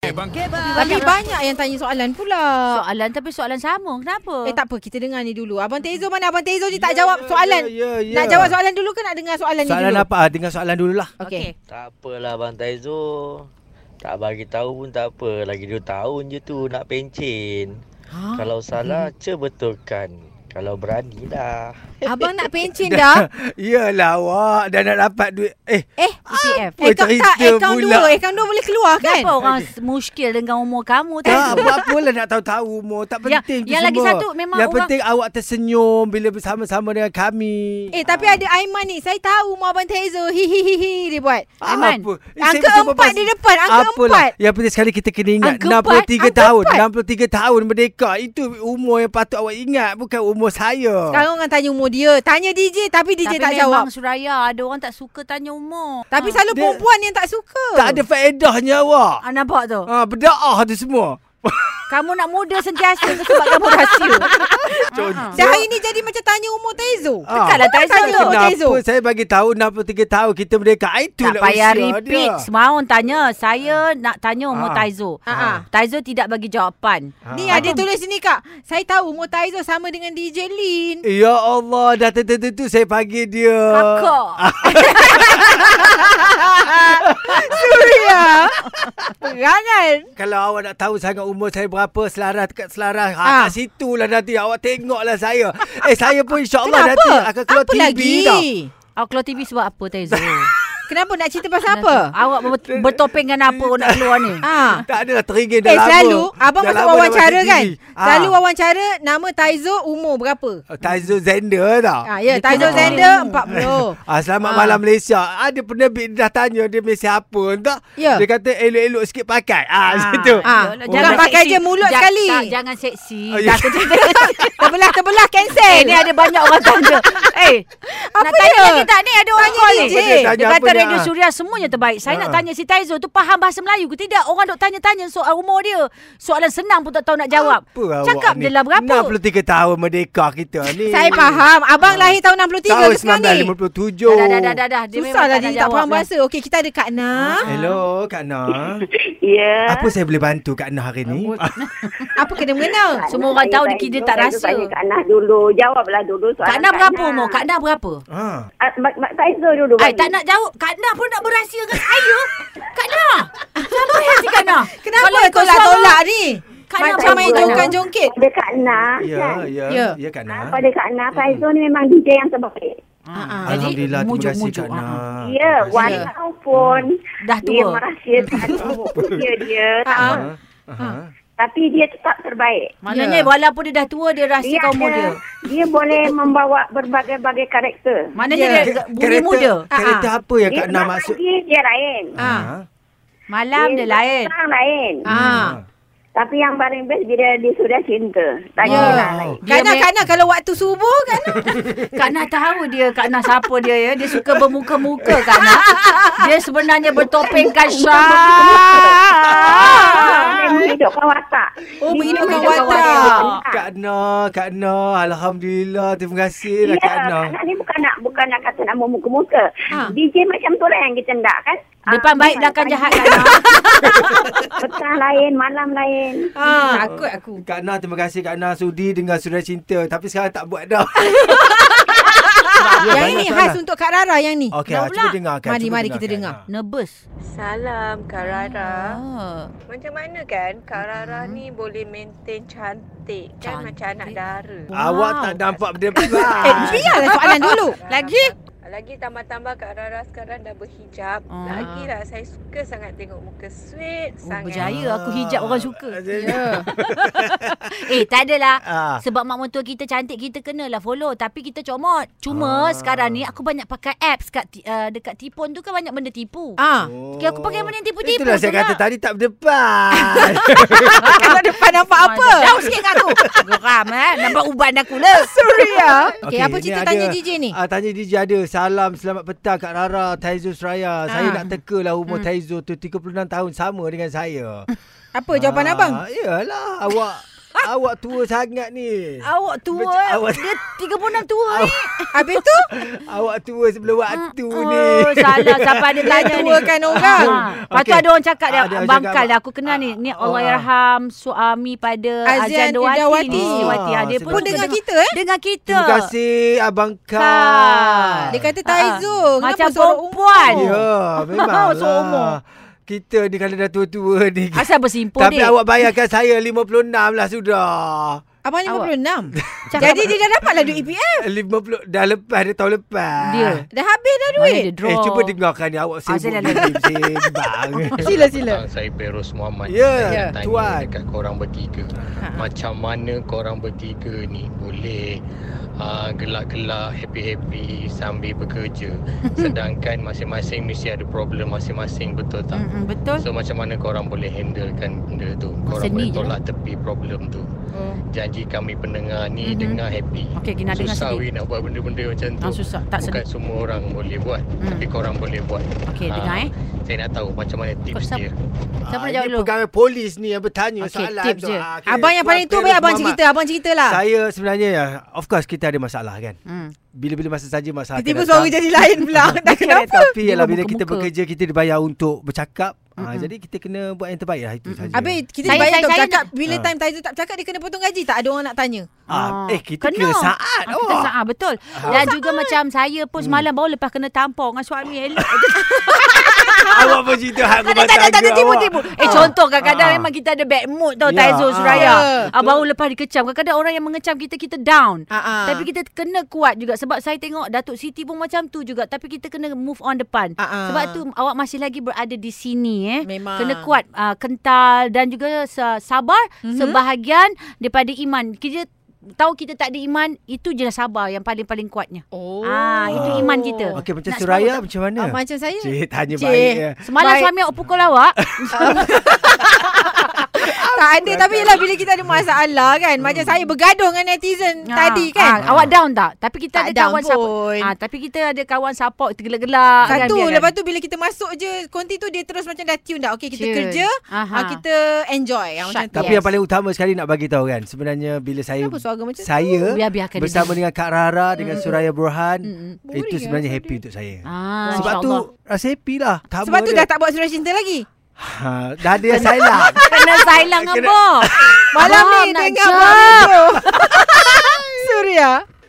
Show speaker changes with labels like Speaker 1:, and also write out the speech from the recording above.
Speaker 1: Okey, bang.
Speaker 2: Okay, bang.
Speaker 3: Tapi banyak yang tanya soalan pula.
Speaker 2: Soalan tapi soalan sama. Kenapa?
Speaker 3: Eh tak apa kita dengar ni dulu. Abang Tezo mana? Abang Tezo ni tak
Speaker 4: Ya,
Speaker 3: jawab soalan. Nak jawab soalan dulu ke nak dengar soalan, ni
Speaker 4: Soalan
Speaker 3: dulu?
Speaker 4: apa? Ah, dengar soalan dululah.
Speaker 3: Okey.
Speaker 2: Okey.
Speaker 5: Tak apalah Abang Taizo. Tak bagi tahu pun tak apa. Lagi 2 tahun je tu nak pencin.
Speaker 3: Ha?
Speaker 5: Kalau salah, ce betulkan. Kalau berani lah.
Speaker 3: Abang nak pencin dah.
Speaker 4: Yelah awak dah nak dapat duit. Eh,
Speaker 2: Eh, CPF.
Speaker 4: Apa
Speaker 3: Account tak,
Speaker 4: cerita
Speaker 3: account
Speaker 4: pula?
Speaker 3: dua. Account dua boleh keluar kan?
Speaker 2: Ah, Kenapa orang muskil dengan umur kamu tadi?
Speaker 4: tak Ya, buat apa lah nak tahu-tahu umur. Tak
Speaker 3: Ya,
Speaker 2: Yang-
Speaker 4: penting tu
Speaker 2: yang lagi
Speaker 4: semua.
Speaker 2: satu, memang
Speaker 4: Yang
Speaker 2: orang-
Speaker 4: penting awak tersenyum bila bersama-sama dengan kami.
Speaker 3: Eh tapi ada Aiman ni. Saya tahu mu Abang Tezo. Hihihihi dia buat.
Speaker 2: Aiman,
Speaker 4: Apa?
Speaker 3: angka
Speaker 4: Eh, saya berjumpa
Speaker 3: empat
Speaker 4: pasal-
Speaker 3: di depan, angka
Speaker 4: Apalah.
Speaker 3: empat.
Speaker 4: Yang penting sekali kita kena ingat
Speaker 2: Angka empat,
Speaker 4: 63
Speaker 3: angka
Speaker 4: tahun.
Speaker 3: empat.
Speaker 4: 63 tahun merdeka. Itu umur yang patut awak ingat. Bukan umur saya.
Speaker 3: Sekarang orang tanya umur dia. Tanya DJ tapi DJ
Speaker 2: Tapi
Speaker 3: tak jawab.
Speaker 2: memang Ah. Suraya ada orang tak suka tanya umur.
Speaker 3: Tapi selalu
Speaker 4: Dia-
Speaker 3: perempuan yang tak suka.
Speaker 4: tak ada faedahnya awak.
Speaker 2: Ah, nampak tu.
Speaker 4: Ha, berdaah tu semua.
Speaker 2: Kamu nak muda sentiasa tu sebab kamu rahsia.
Speaker 4: Contoh.
Speaker 3: Dah hari ni jadi macam tanya umur Tezo.
Speaker 4: Ah.
Speaker 2: Bukanlah
Speaker 3: Orang
Speaker 2: Tezo
Speaker 3: tanya
Speaker 2: tu.
Speaker 3: umur
Speaker 4: Kenapa saya bagi tahu 63 tahun kita merdeka
Speaker 2: Tak
Speaker 4: Itulah
Speaker 2: payah
Speaker 4: usia
Speaker 2: repeat.
Speaker 4: dia
Speaker 2: Semaun tanya. Saya nak tanya umur
Speaker 4: Ah.
Speaker 2: Taizo.
Speaker 3: Ah.
Speaker 2: Taizo tidak bagi jawapan.
Speaker 4: Ha.
Speaker 3: Ni ada tulis sini kak. Saya tahu umur Taizo sama dengan DJ Lin.
Speaker 4: Ya Allah Dah tentu tu saya panggil dia
Speaker 2: Kakak.
Speaker 4: ya.
Speaker 3: Suria. Perangan.
Speaker 4: Kalau awak nak tahu sangat umur saya berapa Selaras dekat selaras
Speaker 3: Ah.
Speaker 4: ha, Kat situ lah nanti Awak tengoklah saya Eh saya pun insyaAllah nanti Akan keluar
Speaker 3: apa
Speaker 4: TV
Speaker 3: lagi?
Speaker 4: tau
Speaker 2: Awak keluar TV sebab apa Taizo?
Speaker 3: Kenapa nak cerita pasal apa?
Speaker 2: Awak ber- bertopeng dengan apa awak nak keluar ni?
Speaker 3: Ah.
Speaker 4: Tak adalah teringin dah
Speaker 3: Eh
Speaker 4: lama
Speaker 3: selalu Abang
Speaker 4: Dah
Speaker 3: masuk
Speaker 4: lama dah
Speaker 3: wawancara
Speaker 4: masuk
Speaker 3: kan
Speaker 4: TV. Ah.
Speaker 3: Selalu wawancara Nama Taizo umur berapa
Speaker 4: Oh, Taizo Zender tau
Speaker 3: ah, Ya
Speaker 2: Dia
Speaker 3: Taizo
Speaker 2: kena
Speaker 3: Zender
Speaker 2: tahu.
Speaker 3: 40
Speaker 4: Ah, selamat
Speaker 3: Ah.
Speaker 4: ah. malam Malaysia. Ada penerbit dah tanya dia Malaysia apa entah.
Speaker 3: Ya.
Speaker 4: Dia kata elok-elok sikit pakai. Ah, ah. situ.
Speaker 3: Ah,
Speaker 2: Yalah,
Speaker 3: bukan pakai je mulut
Speaker 2: Ja-
Speaker 3: sekali.
Speaker 2: Tak, jangan seksi.
Speaker 4: Oh, ya.
Speaker 2: Dah kerja.
Speaker 3: Terbelah-terbelah
Speaker 2: Eh,
Speaker 3: cancel
Speaker 2: ni ada banyak orang tanya. Eh,
Speaker 3: Apa
Speaker 2: nak tanya
Speaker 3: dia?
Speaker 2: lagi tak ni? Ada orang
Speaker 3: Tanya Ah.
Speaker 2: call ni.
Speaker 3: DJ.
Speaker 4: Apa dia tanya,
Speaker 2: Dia
Speaker 4: apa
Speaker 2: kata
Speaker 4: dia?
Speaker 2: Radio Suria semuanya terbaik. Saya nak
Speaker 4: Ha.
Speaker 2: tanya si Taizo tu faham bahasa Melayu ke tidak? Orang duk tanya-tanya soal umur dia. Soalan senang pun tak tahu nak jawab.
Speaker 4: Apa awak
Speaker 2: Cakap je
Speaker 4: ni?
Speaker 2: lah berapa.
Speaker 4: 63 tahun merdeka kita ni.
Speaker 3: Saya faham Abang lahir tahun 63
Speaker 4: Eh. Ah.
Speaker 3: ke
Speaker 4: Tahun
Speaker 3: sekarang ni
Speaker 4: 1957.
Speaker 2: Dah, dah, dah, dah, dah, dah. Dia Ah. memang
Speaker 3: Susah lah
Speaker 2: nak
Speaker 3: dia tak
Speaker 2: jawab
Speaker 3: faham
Speaker 2: lah.
Speaker 3: bahasa Okey kita ada Kak Nah
Speaker 4: Hello, Kak Nah.
Speaker 6: Ya.
Speaker 4: Apa saya boleh bantu Kak Nah hari ni? Ah,
Speaker 3: Apa kena mengena
Speaker 2: Semua orang
Speaker 6: Saya
Speaker 2: tahu
Speaker 6: tanya-
Speaker 2: kita tak
Speaker 6: saya
Speaker 2: rasa.
Speaker 6: Tanya Kak Nah dulu. Jawablah dulu soalan
Speaker 2: Kak Nah berapa umur? Kak Nah berapa?
Speaker 4: Ah.
Speaker 6: Ah, Mak, Mak Taizo dulu.
Speaker 2: Ai,
Speaker 6: bagi.
Speaker 2: tak nak jawab. Kak Nah pun nak berahsia dengan saya. Kak Nah. Sabar ya si Kak Nah.
Speaker 3: Kenapa
Speaker 2: Kalau ikut
Speaker 3: tolak-tolak ni
Speaker 2: Kak Nah
Speaker 3: Macam
Speaker 2: berapa
Speaker 3: main
Speaker 2: Kak Nah?
Speaker 3: jongkan-jongkit
Speaker 6: Pada Kak Nah. kan?
Speaker 4: Ya, ya.
Speaker 3: Ya.
Speaker 4: Ya, Kak Hmm.
Speaker 6: Ah,
Speaker 4: Nah.
Speaker 6: Pada Kak Nah, Taizo ni memang DJ yang terbaik.
Speaker 2: Ah, ah. Jadi,
Speaker 4: Alhamdulillah, terima kasih
Speaker 2: mujuk-mujuk,
Speaker 4: Kak
Speaker 2: ah, ah.
Speaker 4: Nah.
Speaker 6: Ya,
Speaker 4: Terima kasih.
Speaker 6: wanita pun.
Speaker 2: Hmm. Dah
Speaker 6: Dia
Speaker 2: tua.
Speaker 6: merahsiakan umur usia dia. tak
Speaker 3: Ah.
Speaker 6: apa.
Speaker 4: Ah. Ah.
Speaker 6: Tapi dia tetap terbaik.
Speaker 2: Maknanya
Speaker 3: Ya.
Speaker 2: walaupun dia dah tua dia
Speaker 4: Ya,
Speaker 2: rahsia
Speaker 6: ada-
Speaker 2: kaum dia.
Speaker 6: dia boleh membawa berbagai-bagai karakter.
Speaker 2: Maknanya
Speaker 3: Ya.
Speaker 2: dia budi
Speaker 4: Kereta,
Speaker 2: muda.
Speaker 4: kereta
Speaker 3: Ah,
Speaker 4: apa yang Kak
Speaker 6: dia
Speaker 4: Nah
Speaker 6: pagi
Speaker 4: maksud?
Speaker 6: dia lain.
Speaker 4: Ah. Hmm.
Speaker 2: Malam dia
Speaker 4: Ya.
Speaker 2: lain.
Speaker 6: Petang lain.
Speaker 3: Ah.
Speaker 6: Tapi yang paling best bila dia sudah cinta. Tanya
Speaker 3: Ya.
Speaker 6: lah lain.
Speaker 3: Kak
Speaker 2: Dia
Speaker 3: Nah,
Speaker 2: main-
Speaker 3: Kak Nah kalau waktu subuh Kak Nah
Speaker 2: Kak Nah tahu dia Kak Nah siapa dia ya. Dia suka bermuka-muka Kak Nah. Dia sebenarnya bertopeng
Speaker 6: Ah.
Speaker 2: kasyar.
Speaker 6: Menghidupkan watak.
Speaker 3: Oh,
Speaker 6: Dia
Speaker 3: menghidupkan
Speaker 6: menghidupkan
Speaker 3: watak.
Speaker 6: Kak
Speaker 4: Kak Nah, Kak Nah. Alhamdulillah, terima kasih
Speaker 6: Ya,
Speaker 4: lah Kak
Speaker 6: Kak
Speaker 4: Nah.
Speaker 6: Nak ni bukan nak bukan nak kata nama muka-muka.
Speaker 3: Ha.
Speaker 6: DJ macam tu lah yang kita nak kan.
Speaker 2: Depan
Speaker 6: Ah,
Speaker 2: baik
Speaker 6: bukan
Speaker 2: belakang
Speaker 6: pagi,
Speaker 2: jahat kan? Kak Nah.
Speaker 6: Petang lain, malam lain.
Speaker 3: Ha. Takut aku
Speaker 4: Kak Nah, terima kasih Kak Nah sudi dengan surat cinta. Tapi sekarang tak buat dah.
Speaker 3: Yang ini
Speaker 4: banyak
Speaker 3: khas
Speaker 4: soalan.
Speaker 3: untuk Kak Rara yang ni
Speaker 4: Okey,
Speaker 2: Dah
Speaker 4: ah, cuba
Speaker 2: pula.
Speaker 4: dengarkan.
Speaker 3: Mari,
Speaker 4: cuba
Speaker 3: mari kita
Speaker 4: dengarkan.
Speaker 3: dengar.
Speaker 2: Nervous.
Speaker 7: Salam Kak Rara.
Speaker 2: Ah.
Speaker 7: Macam mana kan Kak Rara ni boleh maintain cantik kan macam anak
Speaker 2: Mm-hmm. Cantik.
Speaker 7: dara.
Speaker 2: Wow.
Speaker 4: Awak tak nampak benda lah. Ah.
Speaker 3: Eh,
Speaker 4: pelan.
Speaker 3: biarlah soalan dulu.
Speaker 7: Rara-
Speaker 2: Lagi?
Speaker 7: Lagi tambah-tambah Kak Rara sekarang dah berhijab.
Speaker 2: Ah.
Speaker 7: Lagilah saya suka sangat tengok muka sweet
Speaker 2: Oh,
Speaker 7: sangat.
Speaker 2: berjaya aku hijab orang suka.
Speaker 4: Ya.
Speaker 2: Eh tak adalah.
Speaker 4: Ah.
Speaker 2: Sebab mak mentua kita cantik kita kenalah follow tapi kita comot. Cuma
Speaker 4: Ah.
Speaker 2: sekarang ni aku banyak pakai apps kat ti- ah, dekat tipon tu kan banyak benda tipu.
Speaker 3: Ah,
Speaker 2: Okay, aku pakai benda yang tipu-tipu
Speaker 4: Itulah
Speaker 2: tu
Speaker 4: saya kata
Speaker 2: lah.
Speaker 4: tadi tak berdepan.
Speaker 3: kalau depan nampak apa?
Speaker 2: Ah, Jauh sikit kat aku. Geram eh. Nampak uban aku lah.
Speaker 3: Suria. Okey,
Speaker 4: Okey,
Speaker 3: apa
Speaker 4: ni
Speaker 3: cerita
Speaker 4: ada-
Speaker 3: tanya DJ ni?
Speaker 4: Ah, tanya DJ ada. Salam selamat petang Kak Rara, Taizo Seraya. Saya
Speaker 3: Ah.
Speaker 4: nak tekalah umur Taizo tu 36 tahun sama dengan saya.
Speaker 3: Apa jawapan
Speaker 4: Ah,
Speaker 3: abang?
Speaker 4: Yalah, awak Awak tua sangat ni.
Speaker 2: Awak tua.
Speaker 4: Macam awak-
Speaker 2: Dia 36 tua ni.
Speaker 3: Habis tu
Speaker 4: Awak tua sebelum
Speaker 3: Ah,
Speaker 4: waktu ni.
Speaker 2: Oh, salah. Sampai dia
Speaker 3: dah
Speaker 2: tanya ni.
Speaker 3: tuakan orang.
Speaker 2: Ha. Lepas tu
Speaker 4: Okey.
Speaker 2: ada orang cakap dah,
Speaker 4: Ah, dia orang
Speaker 2: bangkal
Speaker 4: cakap,
Speaker 2: dah aku kenal ni. Ni
Speaker 4: ah,
Speaker 2: Allah
Speaker 4: ah.
Speaker 2: Yarham suami pada
Speaker 3: Azian
Speaker 2: Azian Dewati.
Speaker 3: Dewati.
Speaker 2: Ni, Dewati. Ah, dia
Speaker 4: Ah,
Speaker 3: pun
Speaker 2: pun,
Speaker 4: Betul.
Speaker 3: dengar
Speaker 2: suka
Speaker 3: kita eh.
Speaker 2: Dengar kita.
Speaker 4: Terima kasih Abang Kal.
Speaker 2: Kal.
Speaker 3: Dia kata kan?
Speaker 2: Ah, ah.
Speaker 3: Taizo, kenapa
Speaker 2: Macam
Speaker 3: seorang
Speaker 2: perempuan.
Speaker 3: umur?"
Speaker 4: Ya, memang
Speaker 2: Seumur.
Speaker 4: lah. Kita ni kalau dah tua-tua ni.
Speaker 2: Asal bersimpul
Speaker 4: Ya. Tapi
Speaker 2: dia.
Speaker 4: awak bayarkan saya 56 lah sudah.
Speaker 3: Abang
Speaker 2: Awak.
Speaker 3: 56.
Speaker 2: Cakap-
Speaker 3: Jadi dia dah dapatlah duit E EPF.
Speaker 4: 50 dah lepas dia tahun lepas.
Speaker 2: Dia.
Speaker 3: Dah habis dah
Speaker 2: Mana
Speaker 3: duit.
Speaker 2: dia draw.
Speaker 4: Eh cuba dengarkan ni awak
Speaker 2: Ah,
Speaker 4: sibuk
Speaker 2: saya dah
Speaker 4: ni
Speaker 2: dengar.
Speaker 4: sembang.
Speaker 3: Sila sila.
Speaker 1: Abang saya Peros Muhammad.
Speaker 4: Ya,
Speaker 1: saya nak tanya
Speaker 4: tuan.
Speaker 1: dekat korang bertiga. Macam mana korang bertiga ni boleh uh, gelak-gelak happy-happy sambil bekerja. Sedangkan masing-masing mesti ada problem masing-masing betul tak?
Speaker 2: Mm-mm, betul.
Speaker 1: So macam mana korang boleh handlekan benda tu? Korang
Speaker 2: Seni
Speaker 1: boleh
Speaker 2: je lah.
Speaker 1: tolak tepi problem tu.
Speaker 3: Oh.
Speaker 1: Janji kami pendengar ni
Speaker 2: Mhm.
Speaker 1: dengar happy.
Speaker 2: Okey, kena dengar
Speaker 1: Susah
Speaker 2: sedih.
Speaker 1: we nak buat benda-benda macam tu.
Speaker 2: Ah, susah. Tak
Speaker 1: Bukan
Speaker 2: sedih.
Speaker 1: semua orang boleh buat
Speaker 2: Hmm.
Speaker 1: Tapi korang boleh buat
Speaker 2: Okey,
Speaker 1: Ah,
Speaker 2: dengar eh.
Speaker 1: Saya nak tahu macam mana tips
Speaker 2: siapa?
Speaker 1: dia
Speaker 2: Siapa
Speaker 4: Ah,
Speaker 2: nak jawab
Speaker 4: ini
Speaker 2: dulu?
Speaker 4: Pegawai polis ni yang bertanya
Speaker 2: Okey,
Speaker 4: soalan.
Speaker 2: tips je.
Speaker 4: Ah, okey,
Speaker 3: Abang yang
Speaker 4: Tuan
Speaker 3: paling tu
Speaker 4: Peros
Speaker 3: baik abang
Speaker 4: Muhammad.
Speaker 3: cerita, abang ceritalah.
Speaker 4: Saya sebenarnya ya, of course kita ada masalah kan.
Speaker 2: Hmm.
Speaker 4: Bila-bila masa saja masalah.
Speaker 3: Tiba-tiba
Speaker 4: akan
Speaker 3: suara
Speaker 4: datang.
Speaker 3: jadi lain pula. Dah kenapa?
Speaker 4: Tapi
Speaker 2: Dia
Speaker 4: ialah bila
Speaker 2: bermuka-muka.
Speaker 4: kita bekerja kita dibayar untuk bercakap. Ah,
Speaker 2: Mm-mm.
Speaker 4: jadi kita kena buat yang terbaik lah itu saja.
Speaker 3: Habis kita
Speaker 2: Saya-
Speaker 3: dibayar
Speaker 2: saya-
Speaker 3: untuk
Speaker 2: saya
Speaker 3: cakap bila
Speaker 4: Ah.
Speaker 3: time Taizo tak cakap dia kena potong gaji tak ada orang nak tanya.
Speaker 4: ah, eh kita
Speaker 2: Kena.
Speaker 4: kena, saat.
Speaker 2: Ah, kita
Speaker 4: Oh. Hmm.
Speaker 2: saat betul. Dan juga macam saya pun semalam baru lepas kena tampar dengan suami elok.
Speaker 4: Awak pun cerita hak
Speaker 2: tak ada tak ada tak ada tipu-tipu. Eh contoh kadang-kadang
Speaker 4: Ah.
Speaker 2: memang kita ada bad mood tau
Speaker 4: Ya,
Speaker 2: Taizo
Speaker 4: ah.
Speaker 2: Suraya.
Speaker 3: Ya.
Speaker 2: Ah, baru lepas dikecam kadang-kadang orang yang mengecam kita kita down.
Speaker 3: Ha ah.
Speaker 2: Tapi kita kena kuat juga sebab saya tengok Datuk Siti pun macam tu juga tapi kita kena move on depan.
Speaker 3: Ah, ah.
Speaker 2: Sebab tu awak masih lagi berada di sini eh.
Speaker 3: Memang.
Speaker 2: Kena kuat, uh, kental dan juga sa- sabar mm-hmm.
Speaker 3: Mhm.
Speaker 2: sebahagian daripada iman. Kita tahu kita tak ada iman, itu je lah sabar yang paling-paling kuatnya.
Speaker 3: Oh.
Speaker 2: Ah, itu iman kita.
Speaker 4: Okey macam
Speaker 2: Nak
Speaker 4: Suraya
Speaker 2: sebut tak?
Speaker 4: macam mana?
Speaker 3: Ah, macam saya.
Speaker 4: Cik tanya
Speaker 3: Cik.
Speaker 4: balik ya.
Speaker 2: Semalam
Speaker 3: Baik.
Speaker 2: suami awak pukul awak.
Speaker 3: tak ada tapi yelah bila kita ada masalah kan macam saya bergaduh dengan netizen tadi kan.
Speaker 2: Ah, awak down tak? Tapi kita
Speaker 3: Tak
Speaker 2: ada
Speaker 3: down
Speaker 2: kawan support.
Speaker 3: pun.
Speaker 2: Ah, tapi kita kan, ada kawan support tergelak-gelak
Speaker 3: Satu
Speaker 2: biarkan.
Speaker 3: lepas tu bila kita masuk je konti tu dia terus macam dah tune dah. Okey kita
Speaker 2: Tune.
Speaker 3: kerja,
Speaker 2: Aha.
Speaker 3: ah, kita enjoy yang macam
Speaker 2: Ha. Shut
Speaker 3: tu.
Speaker 4: Tapi
Speaker 2: Yes.
Speaker 4: yang paling utama sekali nak bagi tahu kan sebenarnya bila saya
Speaker 3: Kenapa suara macam tu?
Speaker 4: saya
Speaker 2: Biar- biarkan dia
Speaker 4: bersama
Speaker 2: dulu.
Speaker 4: dengan Kak Rara dengan Suraya Burhan
Speaker 2: Mm-mm. ya,
Speaker 4: itu
Speaker 3: Boring
Speaker 4: sebenarnya
Speaker 3: lah
Speaker 4: happy untuk saya.
Speaker 2: Ah,
Speaker 4: Sebab tu
Speaker 2: insyaAllah.
Speaker 4: rasa happy lah. Tama
Speaker 3: Sebab tu
Speaker 4: dia.
Speaker 3: dah tak buat surat cinta lagi.
Speaker 4: ha, dah ada yang silap.
Speaker 2: Kena silent dengan Bob.
Speaker 3: Malam
Speaker 2: Abang
Speaker 3: ni
Speaker 2: Ah, nak
Speaker 3: dengar
Speaker 2: jawab.
Speaker 3: Abang Surya.